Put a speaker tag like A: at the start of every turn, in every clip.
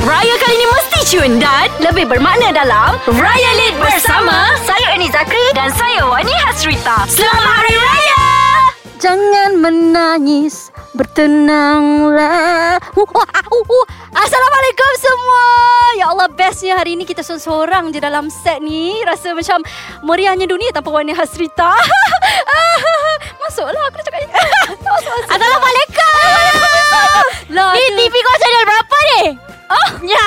A: Raya kali ni mesti cun dan lebih bermakna dalam Raya Lit bersama saya Ernie Zakri dan saya Wani Hasrita. Selamat Hari Raya!
B: Jangan menangis Bertenanglah uh, uh, uh, uh. Assalamualaikum semua Ya Allah bestnya hari ni Kita seorang-seorang je dalam set ni Rasa macam Meriahnya dunia tanpa warna Hasrita Masuklah aku dah cakap
C: Assalamualaikum.
B: Lah
C: Ni
B: tu.
C: TV kau channel berapa ni? Oh, nya.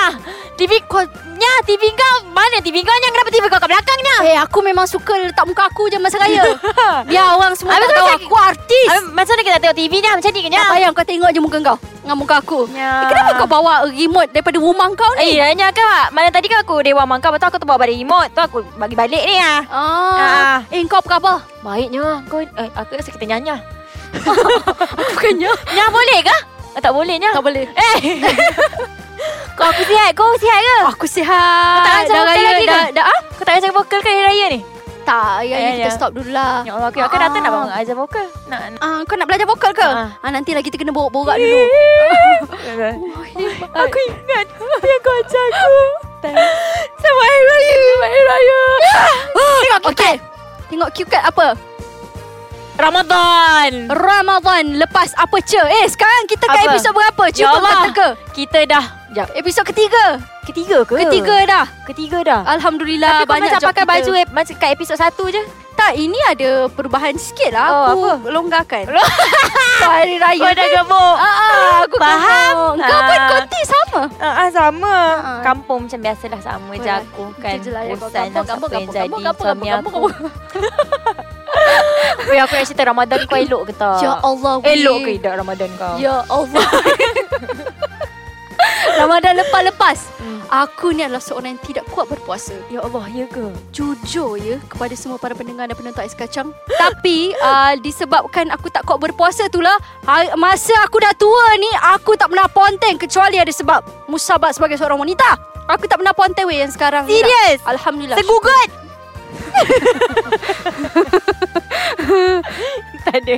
C: TV kau nya TV kau mana TV kau nya kenapa TV kau kat belakang nya?
B: Eh aku memang suka letak muka aku je masa raya Biar orang semua
C: Habis
B: tak
C: tu
B: tahu
C: macam-
B: aku artis
C: Habis masa ni kita tengok TV nya macam ni ke nya?
B: Tak payah kau tengok je muka kau Dengan muka aku
C: Ya.
B: eh, Kenapa kau bawa remote daripada rumah kau ni?
C: Eh, nya kan Mak. Mana tadi kan aku dewa mangkau, lepas tu aku terbawa balik remote. Tu aku bagi balik ni ah.
B: Ah. Eh kau apa khabar?
C: Baiknya kau eh, aku rasa kita nyanya.
B: Bukannya
C: Nya boleh ke? Eh, tak boleh nya.
B: Tak boleh
C: Eh. kau aku sihat, kau sihat ke?
B: Aku sihat
C: Tak rasa
B: Dah
C: vokal
B: raya
C: lagi ke?
B: dah, dah, ah?
C: Kau tak ajak vokal ke hari raya ni?
B: Tak Ya, ya
C: Ya,
B: kita
C: ya.
B: stop dulu lah
C: Ya Allah, aku akan datang nak bangun ajak vokal. Nak
B: Ah, kau nak belajar vokal ke?
C: Ah.
B: Ah, nanti lagi kita kena borak-borak dulu.
C: nak. Aku ingat dia kocak aku. Selamat Hari Raya. Selamat Hari Raya.
B: Tengok okay. Ah, Tengok cue card apa?
C: Ramadan.
B: Ramadan lepas apa ce? Eh, sekarang kita kat
C: Apa?
B: episod berapa?
C: Ya
B: Cuba
C: Allah.
B: kata ke?
C: Kita dah. Jap.
B: Episod ketiga.
C: Ketiga Ah, ke?
B: Ketiga dah.
C: Ketiga dah. Tapi
B: Alhamdulillah
C: kau
B: banyak
C: macam
B: job
C: pakai
B: kita.
C: baju eh, macam kat episod satu je.
B: Tak, ini ada perubahan sikit lah.
C: Oh,
B: aku
C: apa?
B: longgarkan. Hari raya.
C: Kau dah gemuk.
B: Ah, ah, aku
C: Faham.
B: kampung. Kau pun
C: Ah.
B: koti sama.
C: Ah, ah sama.
B: Ah.
C: Kampung macam biasalah sama je
B: Alright.
C: aku kan.
B: Itu je lah yang kau
C: Bosan dah siapa
B: kampung,
C: yang
B: kampung,
C: jadi
B: kampung, kampung,
C: suami
B: kampung,
C: aku. Weh aku nak cerita Ramadan kau elok ke tak?
B: Ya Allah. weh.
C: Elok ke tidak Ramadan kau?
B: Ya Allah. Ramadan lepas-lepas. Aku ni adalah seorang yang tidak kuat berpuasa.
C: Ya Allah, ya ke?
B: Jujur ya kepada semua para pendengar dan penonton Ais Kacang. Tapi uh, disebabkan aku tak kuat berpuasa itulah ha- masa aku dah tua ni aku tak pernah ponteng kecuali ada sebab musabat sebagai seorang wanita. Aku tak pernah ponteng weh yang sekarang. ni lah.
C: Serius?
B: Alhamdulillah.
C: Segugut. tak ada.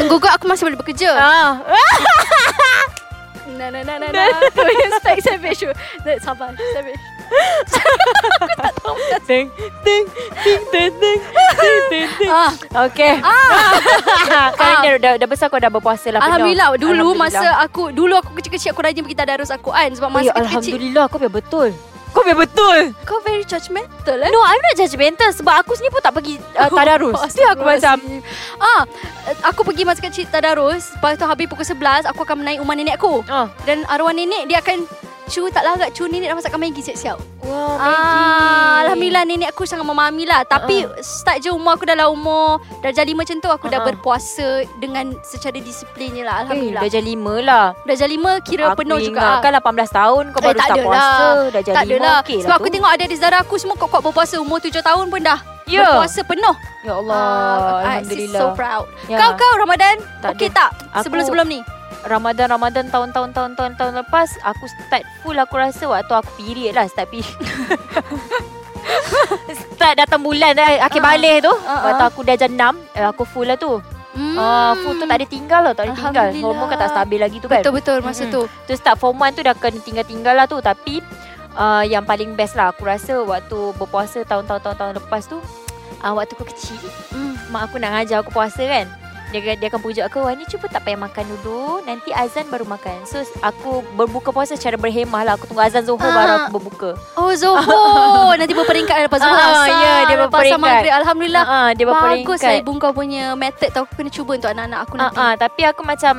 B: Senggugut aku masih boleh bekerja.
C: Ah.
B: Nah nah nah nah. nah. Tu yang strike savage. tu. Nah, Sabar savage.
C: Ting ting ting ting ting ting ting. ting.
B: Ah,
C: Okey. Ah. Kau dah, dah, dah besar kau dah berpuasa lah. penuh.
B: Alhamdulillah dulu
C: Alhamdulillah.
B: masa aku dulu aku kecil-kecil aku rajin pergi tadarus aku kan sebab
C: Ui,
B: masa kecil-kecil
C: Oh, ya, Alhamdulillah kau biar betul. Kau biar betul.
B: kau very judgemental eh.
C: No, I'm not judgemental sebab aku sendiri pun tak pergi uh, tadarus. Tapi aku macam
B: ah aku pergi masa kecil tadarus lepas tu habis pukul 11 aku akan menaik rumah nenek aku
C: Oh.
B: dan arwah nenek dia akan Cu tak larat Cu nenek dah masakkan Maggi siap-siap
C: Wah, Eh,
B: ah, Alhamdulillah nenek aku sangat memahami lah Tapi
C: Ah.
B: uh. start je umur aku dah lah umur Darjah lima macam tu Aku dah
C: Uh-uh.
B: berpuasa Dengan secara disiplinnya lah
C: Eh,
B: Alhamdulillah
C: dah jadi lima lah.
B: Darjah lima kira
C: aku
B: penuh juga ah.
C: ingat kan 18 tahun kau
B: Eh,
C: baru
B: tak
C: start
B: adalah.
C: puasa. Dah jadi
B: tak
C: lima
B: adalah
C: okey
B: okay Sebab
C: lah
B: aku
C: tu.
B: tengok ada di saudara aku Semua kuat-kuat berpuasa Umur tujuh tahun pun dah
C: Ya.
B: Berpuasa penuh
C: Ya Allah,
B: Ah, I- she's
C: Alhamdulillah.
B: so proud
C: Ya.
B: Kau kau Ramadan
C: Tak
B: Okey tak Ah,
C: Aku-
B: Sebelum-sebelum ni
C: Ramadan Ramadan tahun-tahun tahun-tahun tahun lepas aku start full aku rasa waktu aku period lah start period. start datang bulan dah akhir
B: Ah.
C: balik tu.
B: Ah,
C: Waktu
B: ah.
C: aku dah jam 6 eh, aku full lah tu.
B: hmm.
C: Ah full tu tak ada tinggal lah, tak ada tinggal.
B: Alhamdulillah.
C: Hormon kan tak stabil lagi tu kan.
B: Betul-betul masa
C: Mm-mm.
B: tu
C: Tu start form 1 tu dah kena tinggal-tinggal lah tu tapi uh, yang paling best lah aku rasa waktu berpuasa tahun-tahun tahun-tahun lepas tu uh, waktu aku kecil
B: Hmm.
C: mak aku nak ngajar aku puasa kan dia, dia akan pujuk aku Wah ni cuba tak payah makan dulu Nanti azan baru makan So aku berbuka puasa secara berhemah lah Aku tunggu azan Zuhur
B: Ah.
C: baru aku berbuka
B: Oh Zohor Nanti berperingkat lepas Zohor
C: Ah,
B: asal
C: ya, dia
B: Lepas asal
C: berperingkat.
B: maghrib
C: uh,
B: Alhamdulillah
C: Dia
B: Lah, Bagus lah
C: berperingkat
B: ibu kau punya method tau Aku kena cuba untuk anak-anak aku
C: Ah,
B: nanti
C: ah, Tapi aku macam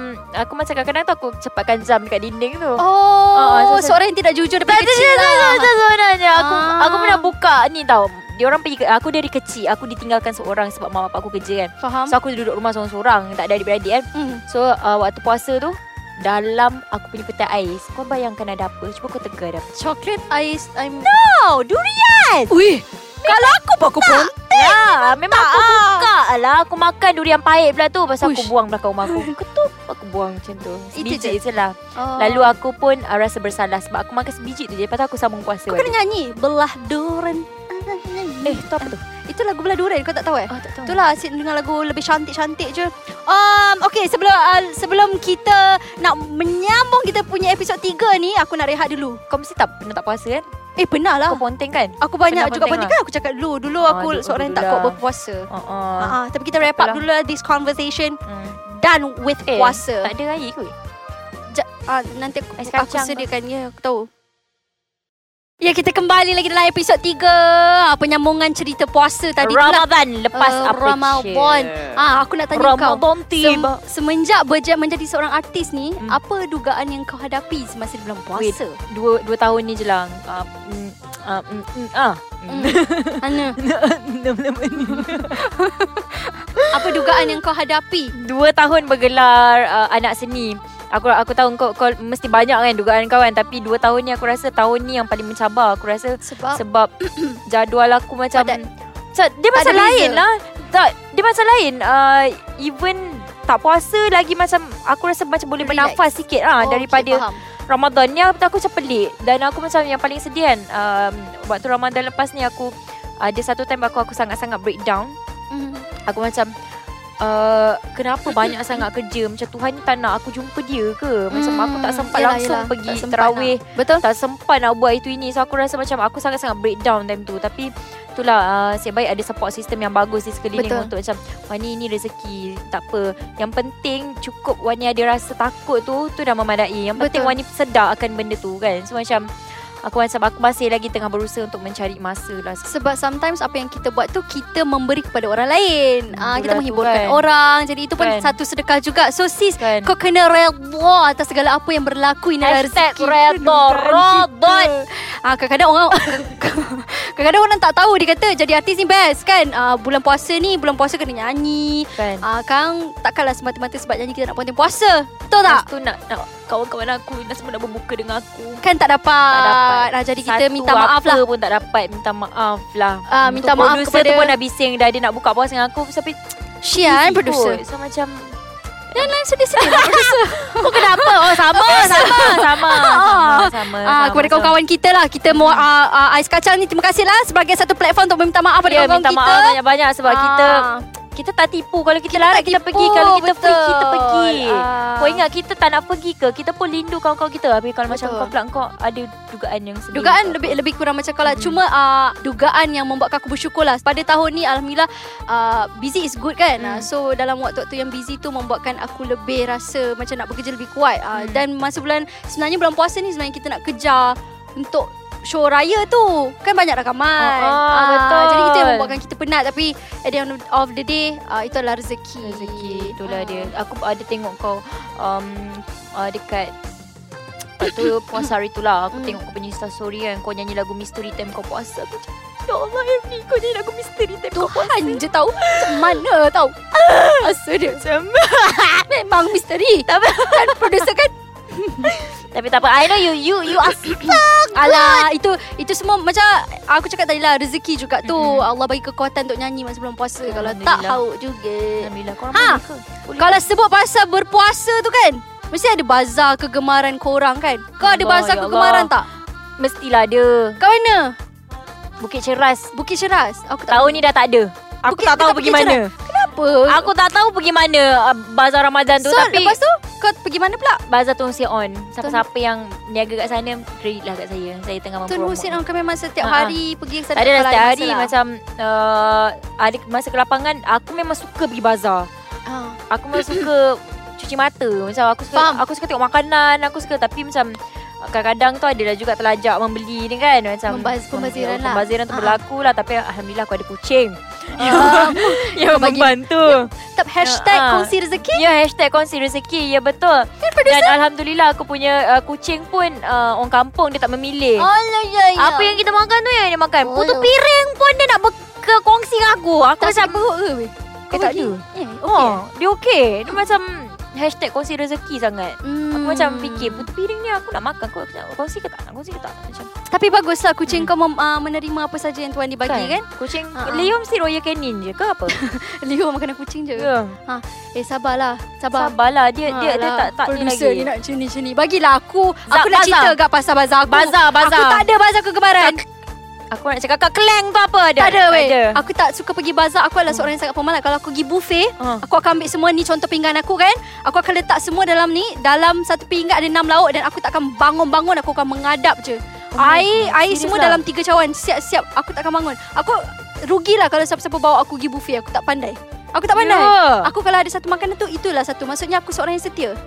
C: Aku macam kadang-kadang tu Aku cepatkan jam dekat dinding tu Ah, ah,
B: Oh
C: so- so-
B: Seorang yang tidak jujur
C: Tak tak
B: daripada kecil
C: tak
B: lah
C: tak tak sebenarnya aku
B: Ah.
C: aku pernah buka ni tau. Dia orang pergi aku dari kecil aku ditinggalkan seorang sebab mak bapak aku kerja kan.
B: Faham
C: So aku duduk rumah seorang-seorang tak ada adik-beradik kan.
B: Hmm.
C: So uh, waktu puasa tu dalam aku punya petai ais Kau bayangkan ada apa Cuba kau tegar ada apa
B: Chocolate ice I'm
C: Oh durian
B: Ui Kalau aku pun aku pun
C: Ya memang aku
B: ah.
C: buka lah Aku makan durian pahit pula tu Pasal aku
B: Uish.
C: buang belakang rumah aku Ketup aku buang macam tu Sebiji
B: je. Oh.
C: je lah
B: Ah.
C: Lalu aku pun uh, rasa bersalah Sebab aku makan sebiji tu je Lepas tu aku sambung puasa
B: Kau kena
C: balik
B: nyanyi Belah duren
C: Eh tu apa tu
B: Itu tu lagu belah durian kau tak tahu eh?
C: Oh, tak tahu.
B: Itulah asyik dengar lagu lebih cantik-cantik je. Um, okay, sebelum uh, sebelum kita nak menyambung kita punya episod 3 ni, aku nak rehat dulu.
C: Kau mesti tak pernah tak puasa kan?
B: Eh, pernah lah.
C: Kau ponteng kan?
B: Aku banyak
C: pernah
B: juga
C: ponteng
B: penting kan aku cakap dulu. Dulu aku
C: dulu-
B: seorang yang tak
C: dulu
B: kuat
C: lah.
B: berpuasa.
C: Oh,
B: Uh,
C: oh.
B: uh, tapi kita wrap up
C: Apalah.
B: dulu lah this conversation
C: Hmm.
B: done with
C: Eh,
B: puasa.
C: Tak ada raya kot.
B: Ja- uh, nanti aku,
C: Ais
B: aku
C: kacang
B: sediakan ya, aku tahu. Ya, kita kembali lagi dalam episod 3. Penyambungan cerita puasa tadi tu lah.
C: Ramadan lepas
B: Eh,
C: uh, apa
B: Ramadan.
C: je.
B: Ah, aku nak tanya kau.
C: Ramadan
B: Sem-
C: tiba.
B: semenjak berja menjadi seorang artis ni,
C: Hmm.
B: apa dugaan yang kau hadapi semasa di bulan
C: Wait,
B: puasa?
C: dua, dua tahun ni je lah. Ah, mm, ah, mm, mm, ah.
B: Hmm. Ana, apa dugaan yang kau hadapi?
C: dua tahun bergelar uh, anak seni. Aku aku tahu kau, kau mesti banyak kan dugaan kau kan tapi dua tahun ni aku rasa tahun ni yang paling mencabar. Aku rasa
B: Sebab
C: sebab jadual aku macam
B: Padat.
C: Sa- dia
B: Tak ada
C: macam
B: beza.
C: lain lah. Tak, dia macam lain. Uh, even tak puasa lagi macam aku rasa macam boleh
B: Relax.
C: bernafas sikit lah
B: Oh,
C: daripada
B: okay, faham.
C: Ramadan ni aku, aku macam pelik dan aku macam yang paling sedih kan um, waktu Ramadan lepas ni aku ada satu time aku aku sangat-sangat breakdown
B: Mm.
C: aku macam Uh, kenapa banyak sangat kerja Macam Tuhan ni tak nak aku jumpa dia ke Macam
B: Hmm,
C: aku tak sempat
B: yelah,
C: langsung
B: yelah.
C: pergi
B: Tak sempat lah.
C: terawih
B: Betul?
C: Tak sempat nak buat itu ini So aku rasa macam aku sangat-sangat breakdown time tu Tapi itulah uh, Sebab baik ada support system yang bagus di sekeliling Betul.
B: Betul.
C: Untuk macam Wani ni rezeki Tak apa Yang penting cukup Wani ada rasa takut tu Tu dah memadai Yang penting
B: Betul.
C: Wani sedar akan benda tu kan So macam Aku macam aku masih lagi tengah berusaha untuk mencari masa lah
B: Sebab sometimes apa yang kita buat tu kita memberi kepada orang lain. Ah
C: Itulah
B: kita
C: tu
B: menghiburkan
C: kan.
B: orang. Jadi itu pun
C: Kan.
B: satu sedekah juga. So sis
C: Kan.
B: kau kena redha atas segala apa yang berlaku ini adalah
C: Hashtag
B: rezeki
C: redha, Ramadan.
B: Ah kadang-kadang orang kadang-kadang orang tak tahu dia kata jadi artis ni best kan. Ah bulan puasa ni bulan puasa kena nyanyi.
C: Kan
B: Ah kang takkanlah semata-mata sebab nyanyi kita nak ponting puasa. Betul tak?
C: Lepas tu nak, nak kawan-kawan aku Nak semua nak berbuka dengan aku
B: Kan tak dapat.
C: tak dapat.
B: Ah, jadi kita
C: Satu
B: minta maaf lah.
C: apa pun tak dapat minta maaf lah.
B: Ah,
C: Tu
B: minta maaf
C: producer
B: kepada-
C: tu pun dah bising dah dia nak buka puas dengan aku tapi
B: Sian
C: busy
B: eh, producer.
C: kot. So macam
B: Dan lain sedih-sedih lah producer.
C: kau kenapa? Oh sama sama sama sama sama.
B: Ah, kepada kawan-kawan kita lah Kita mau ah, ah, Ais Kacang ni Terima kasih lah Sebagai satu platform Untuk meminta maaf Pada
C: Ya,
B: kawan-kawan
C: minta
B: kita Ah.
C: maaf banyak-banyak sebab kita kita tak tipu kalau kita, larang kita pergi kalau kita free kita pergi.
B: Ah.
C: Kau ingat kita tak nak pergi ke? Kita pun rindu kawan-kawan kita. Tapi kalau macam
B: Betul.
C: kau pula kau ada dugaan yang sedih.
B: Dugaan
C: tau.
B: lebih lebih kurang macam kau lah Cuma ah, Dugaan yang membuatkan aku bersyukur lah Pada tahun ni Alhamdulillah ah, Busy is good kan
C: Hmm.
B: Ah, So dalam waktu-waktu yang busy tu Membuatkan aku lebih rasa Macam nak bekerja lebih kuat Ah,
C: Hmm.
B: Dan masa bulan Sebenarnya bulan puasa ni Sebenarnya kita nak kejar Untuk show raya tu Kan banyak rakaman
C: Ah, ah, betul.
B: Jadi itu yang membuatkan kita penat Tapi at the end of the day ah, Itu adalah rezeki
C: Rezeki itulah
B: Ah.
C: dia. Aku ada tengok kau um, uh, dekat Waktu puasa hari tu lah Aku
B: Hmm.
C: tengok kau punya instastory kan Kau nyanyi lagu Mystery Time kau puasa Aku macam Ya Allah Evni Kau nyanyi lagu Mystery Time kau puasa
B: Ah, Tuhan je tahu Macam mana tahu
C: Ah.
B: Rasa dia
C: Macam
B: Memang misteri Tak apa Kan producer kan
C: Tapi tak apa I know you You you are
B: Alah Itu itu semua macam Aku cakap tadi lah Rezeki juga tu
C: Mm-mm.
B: Allah bagi kekuatan Untuk nyanyi masa bulan puasa Kalau tak
C: Alhamdulillah.
B: hauk juga
C: Alhamdulillah Korang
B: Ha.
C: ha. boleh ke? Boleh
B: Kalau sebut pasal berpuasa tu kan Mesti ada bazar kegemaran korang kan Kau ada
C: Allah,
B: bazar
C: ya
B: kegemaran tak?
C: Mestilah ada
B: Kau mana?
C: Bukit Ceras
B: Bukit Ceras Aku tak
C: Tahun ni dah tak ada Aku
B: Bukit-
C: tak tahu
B: dekat
C: pergi
B: Bukit
C: mana
B: Kenapa?
C: Aku tak tahu pergi mana uh, Bazar Ramadan tu
B: So
C: Tapi
B: lepas tu Kau pergi mana pula?
C: Bazar Tun Hussein On Siapa-siapa yang Niaga kat sana Credit lah kat saya Saya tengah
B: Tun
C: mempromote.
B: Hussein oh, Kau memang
C: Ha,
B: setiap
C: ha.
B: hari Pergi ke sana
C: Tak ada lah
B: kalau
C: setiap
B: masa
C: hari
B: lah.
C: Macam uh, Ada masa ke lapangan Aku memang suka pergi bazar
B: Ha.
C: Aku memang suka Cuci mata Macam aku suka
B: Faham.
C: Aku suka tengok makanan Aku suka Tapi macam Kadang-kadang tu adalah juga terlajak membeli ni kan Macam
B: Membaz- pembaziran lah.
C: Pembaziran tu
B: Ha, ha.
C: berlaku lah Tapi Alhamdulillah aku ada kucing
B: Ah.
C: Yang
B: Kau bagi-
C: membantu
B: Tetap hashtag
C: Ya, ah.
B: kongsi rezeki
C: Ya hashtag kongsi rezeki Ya betul
B: Kan,
C: Dan Alhamdulillah aku punya uh, kucing pun uh, Orang kampung dia tak memilih
B: Allah ya ya
C: Apa yang kita makan tu yang dia makan.
B: Oh,
C: Putu
B: ya.
C: piring pun dia nak berke kongsi dengan aku. Aku
B: Tak
C: macam
B: sakit perut ke weh?
C: Eh, tak ada.
B: Eh, okay.
C: oh, dia okey. Dia macam hashtag kongsi rezeki sangat.
B: Hmm.
C: Aku macam fikir putu piring ni aku nak makan Kau aku nak kongsi ke tak nak kongsi ke tak macam
B: Tapi baguslah kucing
C: Hmm.
B: kau mem, uh, menerima apa saja yang Tuhan dia bagi kan,
C: kucing
B: Ha, ha.
C: Leo mesti royal canin je ke apa
B: Leo makanan kan? kucing je
C: ya
B: Eh sabarlah Sabar,
C: sabarlah dia dia dia
B: Alah,
C: tak tak ni
B: Producer ni
C: lagi
B: nak macam ni macam ni Bagilah aku Aku
C: Zak,
B: nak
C: bazar.
B: cerita kat pasal bazar aku
C: bazar bazar
B: Aku tak ada bazar kegemaran
C: Aku nak cakap kau keleng ke apa dah.
B: Tak ada weh.
C: ada. Hmm.
B: Aku tak suka pergi bazar. Aku adalah seorang yang sangat pemalas. Kalau aku pergi buffet,
C: Ah.
B: aku akan ambil semua ni contoh pinggan aku kan. Aku akan letak semua dalam ni. Dalam satu pinggan ada enam lauk dan aku takkan bangun-bangun. Aku akan mengadap je.
C: Oh my God.
B: air air
C: Serious
B: semua
C: lah.
B: dalam tiga cawan. Siap-siap. Aku takkan bangun. Aku rugilah kalau siapa-siapa bawa aku pergi buffet. Aku tak pandai. Aku tak pandai.
C: Ya.
B: Aku kalau ada satu makanan tu, itulah satu. Maksudnya aku seorang yang setia.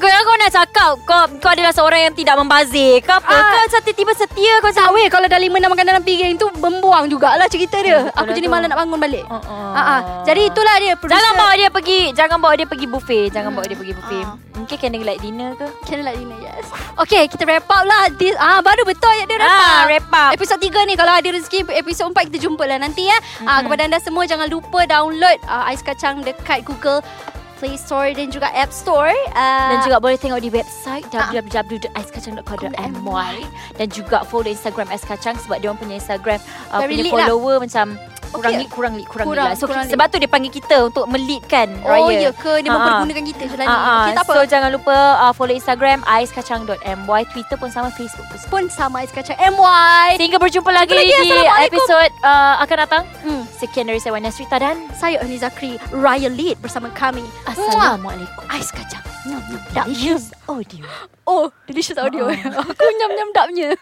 C: Aku yang kau nak cakap kau kau adalah seorang yang tidak membazir. Kau apa?
B: Ah.
C: Kau satu tiba setia kau
B: Tak
C: sama.
B: weh kalau dah lima enam makanan dalam pinggan tu, membuang jugalah cerita dia.
C: betul
B: aku
C: lah
B: jadi
C: tu.
B: malas nak bangun balik.
C: Uh, uh.
B: Ah, ah. Jadi itulah dia producer.
C: Jangan bawa dia pergi Jangan bawa dia pergi buffet Jangan bawa dia pergi buffet
B: Ah.
C: Mungkin kena like dinner ke
B: Candlelight dinner yes Okay kita wrap up lah This, ah Baru betul ayat dia wrap up Eh,
C: Ah, wrap up.
B: Episod 3 ni Kalau ada rezeki Episod 4 kita jumpa lah nanti ya eh.
C: Mm-hmm.
B: ah, Kepada anda semua Jangan lupa download ah, Ais Kacang dekat Google Play Store dan juga App Store Ah,
C: Dan juga boleh tengok di website
B: Ah.
C: www.aiskacang.co.my Dan juga follow Instagram Ais Kacang Sebab dia orang punya Instagram uh,
B: Very
C: Punya
B: lead lah.
C: follower macam Kurang
B: Okay.
C: lead, kurang lead, kurang,
B: Kurang,
C: lead lah So
B: kurang lead.
C: sebab tu dia panggil kita Untuk melitkan
B: Oh
C: Raya
B: ya ke Dia
C: Ah, ah.
B: mempergunakan kita je lah ni
C: Ah, ah.
B: Okay tak apa
C: So jangan lupa uh, follow Instagram aiskacang.my Twitter pun sama, Facebook pun sama
B: Pun sama Ais Kacang MY
C: Sehingga berjumpa lagi,
B: lagi.
C: di
B: Assalamualaikum.
C: episod uh, akan datang
B: hmm.
C: Sekian dari saya Wan Yasrita dan
B: Saya Ernie Zakri Raya Lead bersama kami Muah.
C: Assalamualaikum
B: Ais Kacang
C: Delicious audio Ah.
B: Oh delicious audio Aku nyam-nyam dapnya